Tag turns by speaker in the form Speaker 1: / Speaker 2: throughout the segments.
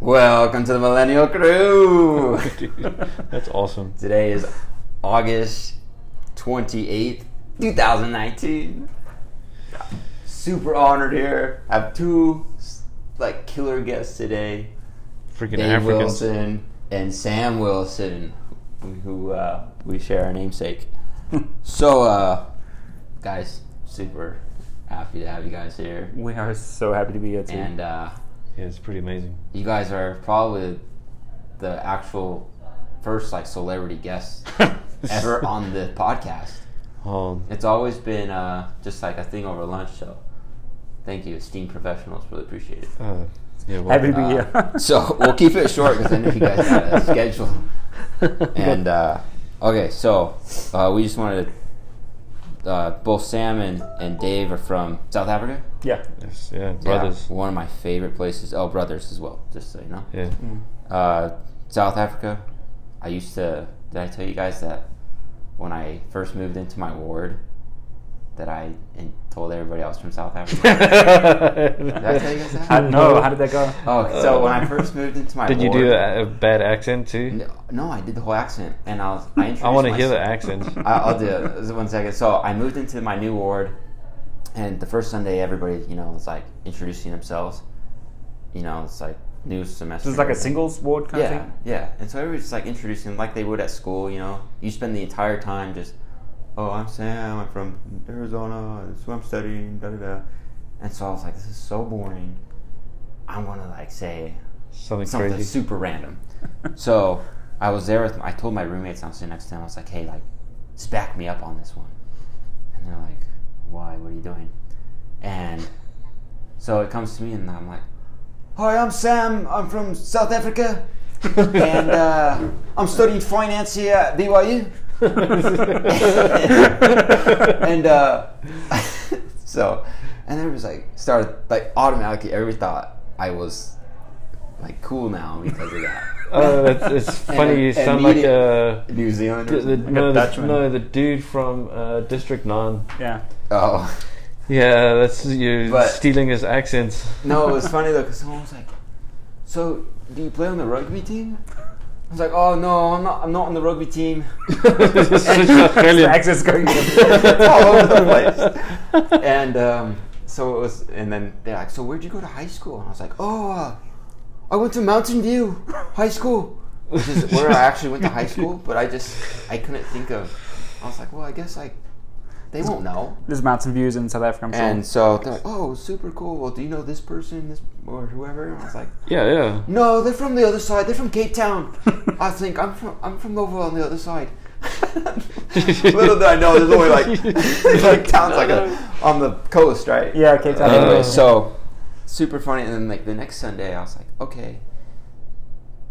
Speaker 1: Welcome to the Millennial Crew.
Speaker 2: Dude, that's awesome.
Speaker 1: Today is August 28th, 2019. Super honored here. I have two like killer guests today.
Speaker 2: Freaking
Speaker 1: Dave
Speaker 2: Africans.
Speaker 1: Wilson and Sam Wilson, who uh, we share our namesake. so, uh, guys, super happy to have you guys here.
Speaker 3: We are so happy to be here too.
Speaker 1: And uh,
Speaker 2: Yeah, it's pretty amazing.
Speaker 1: you guys are probably the actual first like celebrity guests ever on the podcast.
Speaker 2: Oh,
Speaker 1: It's always been uh, just like a thing over lunch. So, thank you, esteemed professionals. Really appreciate it.
Speaker 2: uh, yeah, well,
Speaker 3: happy to be
Speaker 1: Uh,
Speaker 3: here.
Speaker 1: so we'll keep it short because I know you guys got a schedule. And uh, okay, so uh, we just wanted to. Uh, both Sam and, and Dave are from South Africa.
Speaker 3: yeah.
Speaker 2: yes, yeah, brothers.
Speaker 1: Yeah, one of my favorite places. Oh, brothers as well. Just so you know.
Speaker 2: Yeah.
Speaker 1: Uh, South Africa. I used to. Did I tell you guys that when I first moved into my ward, that I and told everybody I was from South Africa. Did I tell you guys that?
Speaker 3: I know. How did that go?
Speaker 1: oh, so when I first moved into my
Speaker 2: Did you
Speaker 1: ward,
Speaker 2: do a, a bad accent too?
Speaker 1: No, no, I did the whole accent, and I was. I,
Speaker 2: I want to hear the
Speaker 1: that.
Speaker 2: accent.
Speaker 1: I- I'll do it. Just one second. So I moved into my new ward, and the first Sunday, everybody, you know, was like introducing themselves. You know, it's like new semester.
Speaker 3: This is like a singles ward kind of
Speaker 1: Yeah,
Speaker 3: thing.
Speaker 1: yeah. And so everybody's like introducing like they would at school. You know, you spend the entire time just, oh, I'm Sam. I'm from Arizona. This is what I'm studying. Da da da. And so I was like, this is so boring. I'm gonna like say
Speaker 2: Something,
Speaker 1: something
Speaker 2: crazy.
Speaker 1: super random. so I was there with. I told my roommates I was sitting next to them. I was like, "Hey, like, just back me up on this one." And they're like, "Why? What are you doing?" And so it comes to me, and I'm like, "Hi, I'm Sam. I'm from South Africa, and uh, I'm studying finance here at BYU." and uh, so, and everybody was like, started like automatically. Everybody thought I was like cool now because of that.
Speaker 2: oh, that's, it's funny. You
Speaker 1: and
Speaker 2: sound
Speaker 1: meet
Speaker 2: like
Speaker 1: it.
Speaker 2: a.
Speaker 1: New Zealand.
Speaker 2: The,
Speaker 1: Or
Speaker 2: the,
Speaker 1: something.
Speaker 2: no, the,
Speaker 3: Dutchman.
Speaker 2: no, the dude from uh, District 9.
Speaker 3: Yeah.
Speaker 1: oh
Speaker 2: Yeah, that's you
Speaker 1: But-
Speaker 2: stealing his accents.
Speaker 1: no, it was funny though because someone was like, "So, do you play on the rugby team?" I was like, "Oh no, I'm not. I'm not on the rugby team."
Speaker 2: It's Australian.
Speaker 3: The accent's going.
Speaker 1: all over the place. And um, so it was, and then they're like, "So where'd you go to high school?" And I was like, "Oh, uh, I went to Mountain View High School, which is where I actually went to high school." But I just, I couldn't think of. I was like, "Well, I guess like they won't know."
Speaker 3: There's mountain views in South Africa. I'm sure.
Speaker 1: And so they're like, "Oh, super cool. Well, do you know this person, this or whoever?" And I was like,
Speaker 2: Yeah, yeah.
Speaker 1: "No, they're from the other side. They're from Cape Town. I think I'm from I'm from over on the other side." Little did I know, there's only like like towns like a, on the coast, right?
Speaker 3: yeah, Cape Town.
Speaker 2: Uh,
Speaker 1: Anyway, so super funny. And then like the next Sunday, I was like, okay.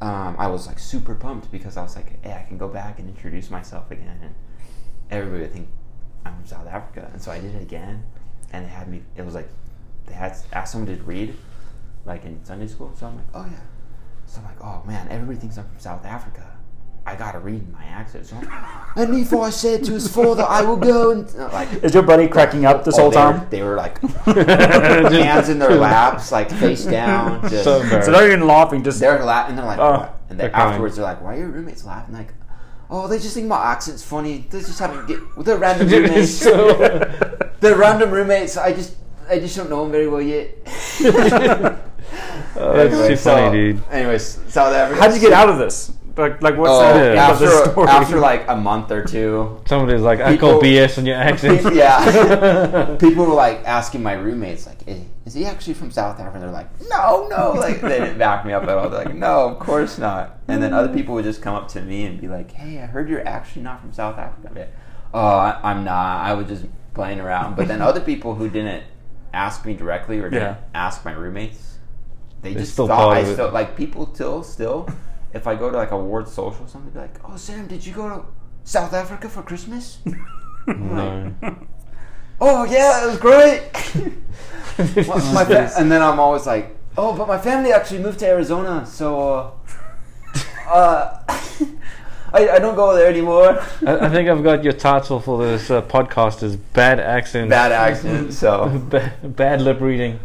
Speaker 1: Um, I was like super pumped because I was like, hey, I can go back and introduce myself again, and everybody would think I'm from South Africa. And so I did it again, and they had me. It was like they had asked someone to read, like in Sunday school. So I'm like, oh yeah. So I'm like, oh man, everybody thinks I'm from South Africa. I gotta read my accent. So I'm like, and before I said to his father, I will go and like
Speaker 3: is your buddy cracking up this
Speaker 1: oh,
Speaker 3: whole
Speaker 1: they were-
Speaker 3: time?
Speaker 1: they were like
Speaker 2: Just-
Speaker 1: hands in their laps, like face down. Just,
Speaker 2: So embarrassed.
Speaker 3: So they're even laughing. Just
Speaker 1: they're laughing, and they're like,
Speaker 3: Oh,
Speaker 1: "What?" and then
Speaker 2: they're crying.
Speaker 1: afterwards they're like, "Why are your roommates laughing?" Like, "Oh, they just think my accent's funny. They just haven't get with their random roommates. their random roommates. I just, I just don't know them very well yet."
Speaker 2: Oh, that's
Speaker 1: Anyway,
Speaker 2: too
Speaker 1: so-
Speaker 2: funny, dude.
Speaker 1: Anyways, South Africa.
Speaker 3: how'd you get out of this? Like, like what's
Speaker 1: Oh,
Speaker 3: the end of the
Speaker 1: after,
Speaker 3: story?
Speaker 1: after like a month or two,
Speaker 2: Somebody's like, I
Speaker 1: People-
Speaker 2: call BS on your accent.
Speaker 1: yeah. People were like asking my roommates, like, "Is, is he actually from South Africa?" And they're like, "No, no." Like they didn't back me up at all. They're like, "No, of course not." And then other people would just come up to me and be like, "Hey, I heard you're actually not from South Africa." I'd be like, oh, I, I'm not. I was just playing around. But then other people who didn't ask me directly or didn't
Speaker 3: Yeah.
Speaker 1: ask my roommates, they
Speaker 2: They're
Speaker 1: just
Speaker 2: still
Speaker 1: thought
Speaker 2: part
Speaker 1: I
Speaker 2: of it.
Speaker 1: still like people till still. If I go to like a ward social or something, they're like, "Oh, Sam, did you go to South Africa for Christmas?"
Speaker 2: no.
Speaker 1: oh yeah, it was great. My- my fa- and then I'm always like, oh, but my family actually moved to Arizona, so uh, uh, I, I don't go there anymore.
Speaker 2: I, I think I've got your title for this uh, podcast is Bad Accent.
Speaker 1: Bad accent, so
Speaker 2: Ba- bad lip reading.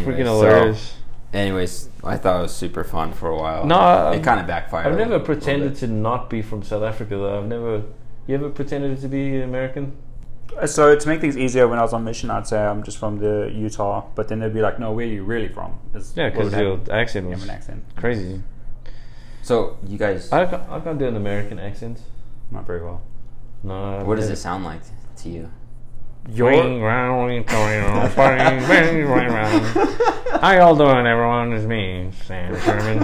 Speaker 1: Oh. Anyway,
Speaker 2: freaking
Speaker 1: so-
Speaker 2: hilarious.
Speaker 1: Anyways, I thought it was super fun for a while.
Speaker 2: No,
Speaker 1: it
Speaker 2: I've-
Speaker 1: kind of backfired.
Speaker 2: I've
Speaker 1: a
Speaker 2: never
Speaker 1: little bit.
Speaker 2: pretended to not be from South Africa though. I've never. You ever pretended to be American?
Speaker 3: So to make things easier, when I was on mission, I'd say I'm just from the Utah, but then they'd be like, "No, where are you really from?" Is
Speaker 2: Yeah,
Speaker 3: what
Speaker 2: because
Speaker 3: would happen.
Speaker 2: your accent
Speaker 3: You
Speaker 2: was
Speaker 3: have an accent.
Speaker 2: crazy.
Speaker 1: So you guys,
Speaker 2: I can't, I can't do an American accent.
Speaker 3: Not very well.
Speaker 2: No.
Speaker 1: what does it sound like to you?
Speaker 3: Your
Speaker 2: Ring, round, ring, going round, bang, bang, ring, round. How y'all doing, everyone? It's me, Sam Sherman.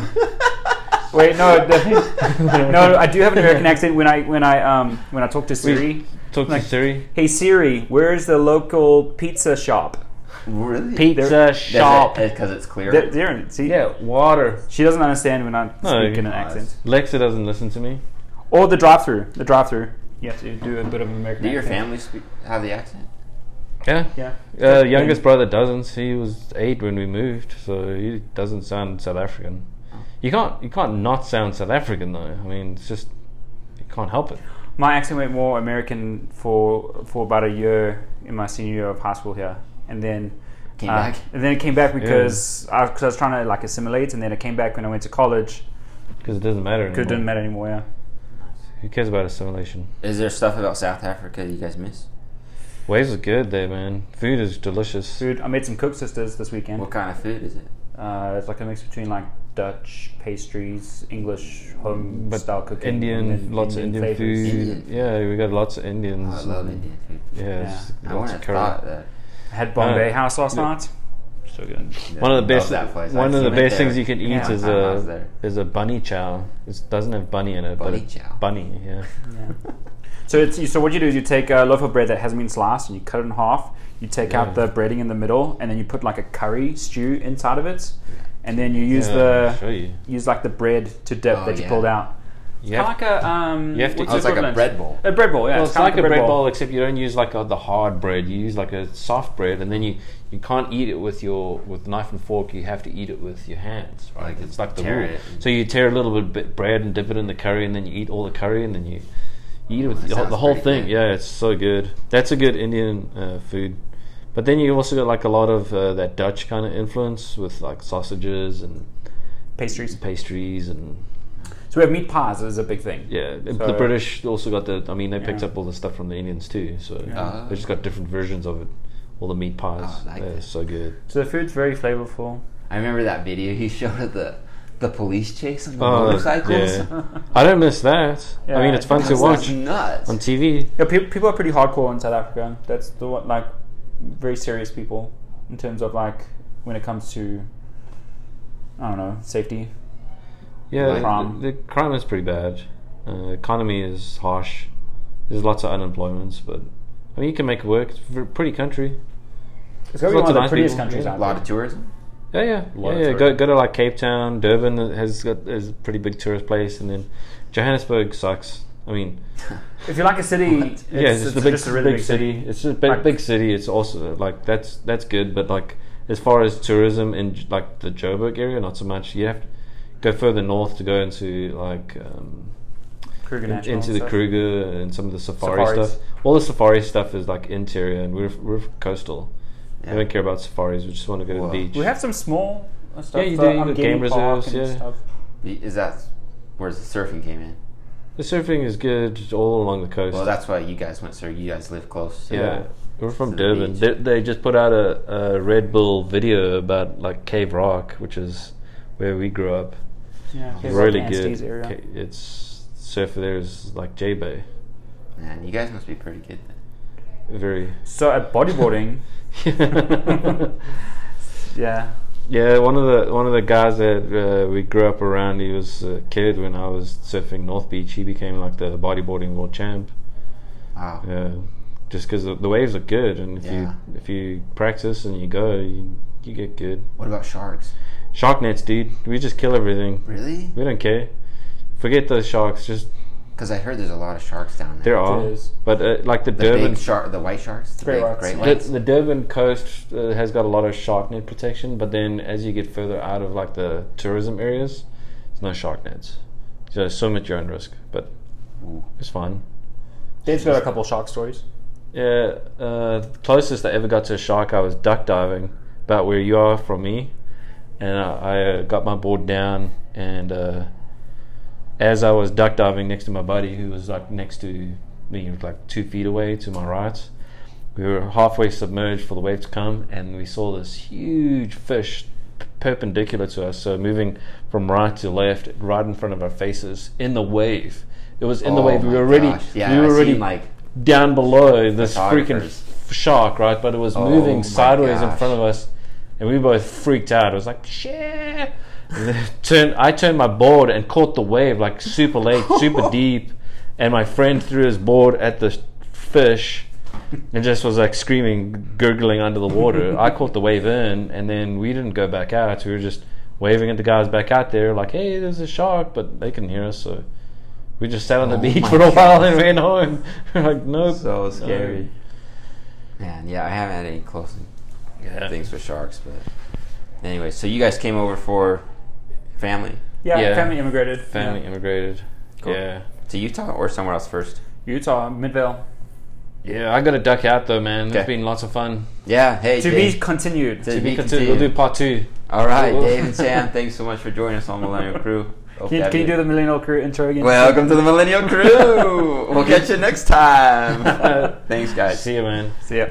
Speaker 3: wait, no, the- no, I do have an American accent when I when I um when I talk to Siri.
Speaker 2: Talk to
Speaker 3: Like-
Speaker 2: Siri.
Speaker 3: Hey Siri, where's the local pizza shop?
Speaker 1: Really?
Speaker 2: Pizza shop.
Speaker 1: Because eh, it's clear.
Speaker 3: They're, they're in- see,
Speaker 2: Yeah, water.
Speaker 3: she doesn't understand when I
Speaker 2: No,
Speaker 3: speak in an
Speaker 1: you-
Speaker 3: accent.
Speaker 2: Lexa doesn't listen to me.
Speaker 3: Or the drive-through. The drive-through. You have to do a bit of an American.
Speaker 1: Do your
Speaker 3: accent.
Speaker 1: family speak, have the accent?
Speaker 2: Yeah.
Speaker 3: Yeah.
Speaker 2: Uh, youngest brother doesn't. He was eight when we moved, so he doesn't sound South African.
Speaker 3: Oh.
Speaker 2: You can't you can't not sound South African though. I mean, it's just you can't help it.
Speaker 3: My accent went more American for for about a year in my senior year of high school here, and then
Speaker 1: Came
Speaker 3: uh,
Speaker 1: back.
Speaker 3: And then it came back because I, cause I was trying to like assimilate, and then it came back when I went to college.
Speaker 2: Because it doesn't matter
Speaker 3: Cause
Speaker 2: anymore.
Speaker 3: it didn't matter anymore. Yeah.
Speaker 2: Who cares about assimilation?
Speaker 1: Is there stuff about South Africa you guys miss?
Speaker 2: Waves are good there, man. Food is delicious.
Speaker 3: Dude, I made some cook sisters this weekend.
Speaker 1: What kind of food is it?
Speaker 3: Uh, it's like a mix between like Dutch pastries, English home
Speaker 2: But
Speaker 3: style cooking,
Speaker 2: Indian,
Speaker 3: and then
Speaker 2: lots of Indian
Speaker 3: flavors.
Speaker 2: food.
Speaker 1: Indian food.
Speaker 2: Yeah, we got lots of Indians.
Speaker 1: Oh, I love
Speaker 2: and-
Speaker 1: Indian food.
Speaker 2: Yeah, it's
Speaker 1: I
Speaker 2: lots
Speaker 1: wouldn't
Speaker 2: of
Speaker 1: have
Speaker 2: curry.
Speaker 1: thought that.
Speaker 3: I had Bombay
Speaker 2: Uh,
Speaker 3: house last
Speaker 2: yeah.
Speaker 3: night. So good.
Speaker 2: One of the
Speaker 1: Love
Speaker 2: best,
Speaker 1: that place.
Speaker 2: one
Speaker 1: I
Speaker 2: of the
Speaker 1: went
Speaker 2: best
Speaker 1: there.
Speaker 2: things you can eat
Speaker 3: Yeah.
Speaker 2: is
Speaker 1: I was
Speaker 2: a
Speaker 1: there.
Speaker 2: is a bunny chow. It doesn't have bunny in it,
Speaker 1: Bunny
Speaker 2: but it-
Speaker 1: chow.
Speaker 2: bunny. Yeah,
Speaker 3: Yeah. So it's so what you do is you take a loaf of bread that hasn't been sliced and you cut it in half. You take out
Speaker 2: Yeah.
Speaker 3: the breading in the middle and then you put like a curry stew inside of it, and then you use
Speaker 2: Yeah, I'll show
Speaker 3: the
Speaker 2: you.
Speaker 3: use like the bread to dip
Speaker 1: Oh,
Speaker 3: that you
Speaker 1: yeah.
Speaker 3: pulled out.
Speaker 2: You
Speaker 3: Kind
Speaker 2: have-
Speaker 3: of like a um.
Speaker 2: you have to-
Speaker 3: what's
Speaker 2: Oh,
Speaker 3: it
Speaker 1: it's like a
Speaker 3: equivalent?
Speaker 1: bread bowl.
Speaker 3: A bread bowl, yeah.
Speaker 2: Well, it's,
Speaker 3: kinda
Speaker 2: like, a bread bowl, except you don't use like uh the hard bread. You use like a soft bread, and then you, you can't eat it with your with knife and fork. You have to eat it with your hands, right?
Speaker 1: Like,
Speaker 2: it's like the
Speaker 1: tear
Speaker 2: rule.
Speaker 1: it.
Speaker 2: So you tear a little bit bit bread and dip it in the curry, and then you eat all the curry, and then you, you eat it with
Speaker 1: Oh, that
Speaker 2: the, whole- the
Speaker 1: sounds
Speaker 2: whole
Speaker 1: pretty
Speaker 2: thing.
Speaker 1: good.
Speaker 2: Yeah, it's so good. That's a good Indian uh, food. But then you also got like a lot of uh, that Dutch kind of influence with like sausages and
Speaker 3: pastries.
Speaker 2: pastries and
Speaker 3: So we have meat pies. Is a big thing.
Speaker 2: yeah, the
Speaker 3: So-
Speaker 2: British also got the. I mean, they picked
Speaker 3: Yeah.
Speaker 2: up all the stuff from the Indians too. So
Speaker 1: Ah.
Speaker 2: they just got different versions of it. All the meat pies,
Speaker 1: Oh, I like
Speaker 2: they're
Speaker 1: that.
Speaker 2: so good.
Speaker 3: So the food's very flavorful.
Speaker 1: I remember that video he showed of the the police chase on the
Speaker 2: Oh,
Speaker 1: motorcycles.
Speaker 2: yeah. I don't miss that.
Speaker 3: Yeah,
Speaker 2: I mean, it's fun to
Speaker 1: That's
Speaker 2: watch
Speaker 1: nuts.
Speaker 2: on TV.
Speaker 3: Yeah, people, people are pretty hardcore in South Africa. That's the one, like very serious people in terms of like when it comes to I don't know safety.
Speaker 2: Yeah,
Speaker 1: Like
Speaker 2: the-
Speaker 3: crime.
Speaker 2: The, crime is pretty bad. Uh, economy is harsh. There's lots of unemployment, but I mean, you can make it work. It's a pretty country.
Speaker 3: It's gotta be
Speaker 2: Lots of
Speaker 3: one of the
Speaker 2: nice
Speaker 3: prettiest
Speaker 2: people,
Speaker 3: countries
Speaker 2: yeah.
Speaker 1: a
Speaker 3: out
Speaker 1: lot
Speaker 3: there.
Speaker 1: of tourism.
Speaker 2: Yeah, yeah,
Speaker 3: lot
Speaker 2: yeah.
Speaker 3: of
Speaker 2: yeah. Go,
Speaker 3: tourists.
Speaker 2: go to like Cape Town, Durban has got is a pretty big tourist place, and then Johannesburg sucks. I mean,
Speaker 3: If you like a city, it's,
Speaker 2: yeah, it's, just a big,
Speaker 3: just a really
Speaker 2: big city. It's just a big,
Speaker 3: Like-
Speaker 2: big city. It's also like that's that's good, but like as far as tourism in J- like the Joburg area, not so much. You have to go further north to go into like um,
Speaker 3: Kruger
Speaker 2: in-
Speaker 3: National
Speaker 2: into
Speaker 3: and
Speaker 2: the
Speaker 3: stuff.
Speaker 2: Kruger and some of the safari
Speaker 3: Safaris.
Speaker 2: stuff. All the safari stuff is like interior, and we're we're coastal.
Speaker 1: Yeah.
Speaker 2: We don't care about safaris. We just want to go
Speaker 1: Wow.
Speaker 2: to the beach.
Speaker 3: We have some small uh, stuff.
Speaker 2: Yeah, you
Speaker 3: so
Speaker 2: do, you
Speaker 3: I'm
Speaker 2: got
Speaker 3: getting
Speaker 2: game
Speaker 3: park
Speaker 2: reserves,
Speaker 3: and
Speaker 2: yeah.
Speaker 3: stuff.
Speaker 1: Is that where's the surfing came in?
Speaker 2: the surfing is good all along the coast.
Speaker 1: Well, that's why you guys went, sir. You guys live close. To
Speaker 2: Yeah, we're from
Speaker 1: To the
Speaker 2: Durban.
Speaker 1: beach.
Speaker 2: They, they just put out a, a Red Bull video about like Cave Rock, which is where we grew up.
Speaker 3: Yeah,
Speaker 2: It's
Speaker 3: Cape
Speaker 2: really
Speaker 3: Rock,
Speaker 2: good.
Speaker 3: Anstey's area.
Speaker 2: Ca- It's surfer there is like J Bay,
Speaker 1: Man, you guys must be pretty good then.
Speaker 2: very.
Speaker 3: So at bodyboarding, yeah,
Speaker 2: yeah, one of the one of the guys that uh, we grew up around. He was a kid when I was surfing North Beach. He became like the bodyboarding world champ.
Speaker 1: Wow.
Speaker 2: Yeah, just because the, the waves are good, and if
Speaker 1: Yeah.
Speaker 2: you if you practice and you go, you, you get good.
Speaker 1: What about sharks?
Speaker 2: Shark nets, dude. We just kill everything.
Speaker 1: Really?
Speaker 2: We don't care. Forget those sharks. Just
Speaker 1: Because I heard there's a lot of sharks down there.
Speaker 2: there are,
Speaker 3: is.
Speaker 2: but uh, like the,
Speaker 1: the
Speaker 2: Durban,
Speaker 1: big shark, the white sharks, the
Speaker 3: Great
Speaker 1: big
Speaker 3: whites.
Speaker 1: great
Speaker 2: the,
Speaker 1: whites.
Speaker 2: the Durban coast uh, has got a lot of shark net protection. But then as you get further out of like the tourism areas, there's no shark nets. So swim at your own risk, but
Speaker 1: Ooh.
Speaker 2: it's fine.
Speaker 3: Dave's got a couple shock stories.
Speaker 2: Yeah, uh, the closest I ever got to a shark, I was duck diving, about where you are from me, and I, I uh, got my board down, and uh, as I was duck diving next to my buddy, who was like next to me, like two feet away to my right, we were halfway submerged for the wave to come, and we saw this huge fish p- perpendicular to us, so moving from right to left, right in front of our faces in the wave. It was in the
Speaker 1: Oh
Speaker 2: wave. We
Speaker 1: my
Speaker 2: were already,
Speaker 1: gosh. Yeah,
Speaker 2: we were
Speaker 1: I've
Speaker 2: already
Speaker 1: seen, like
Speaker 2: down below this freaking
Speaker 1: Photographers.
Speaker 2: f- shark, right? But it was
Speaker 1: Oh my
Speaker 2: moving sideways in
Speaker 1: gosh.
Speaker 2: front of us, and we both freaked out. It was like, shit. And then turned, I turned my board and caught the wave like super late, super deep, and my friend threw his board at the fish and just was like screaming, gurgling under the water. I caught the wave in, and then we didn't go back out. We were just waving at the guys back out there, like, hey, there's a shark, but they couldn't hear us, so. We just sat on the
Speaker 1: Oh
Speaker 2: beach
Speaker 1: my
Speaker 2: for a while and went home. like, nope.
Speaker 1: so
Speaker 2: no.
Speaker 1: scary. Man, yeah, I haven't had any close
Speaker 2: Yeah.
Speaker 1: things with sharks, but anyway, so you guys came over for family
Speaker 3: Yeah,
Speaker 2: Yeah.
Speaker 3: family immigrated.
Speaker 2: Family
Speaker 3: Yeah.
Speaker 2: immigrated.
Speaker 1: Cool.
Speaker 2: Yeah.
Speaker 1: to Utah or somewhere else first?
Speaker 3: Utah, Midvale.
Speaker 2: Yeah, I got to duck out though, man. It's
Speaker 1: Okay.
Speaker 2: been lots of fun.
Speaker 1: Yeah, hey,
Speaker 3: To
Speaker 1: Dave.
Speaker 3: be continued.
Speaker 1: To
Speaker 2: To
Speaker 1: be
Speaker 2: be continued. We'll do
Speaker 1: continued.
Speaker 2: part two.
Speaker 1: All right,
Speaker 2: Whoa.
Speaker 1: Dave and Sam, thanks so much for joining us on Millennial Crew. Hope
Speaker 3: Can you,
Speaker 1: that
Speaker 3: can you
Speaker 1: did-
Speaker 3: do the Millennial Crew intro again?
Speaker 1: Welcome to the Millennial Crew. we'll catch you next time. thanks, guys.
Speaker 2: See you, man.
Speaker 3: See ya.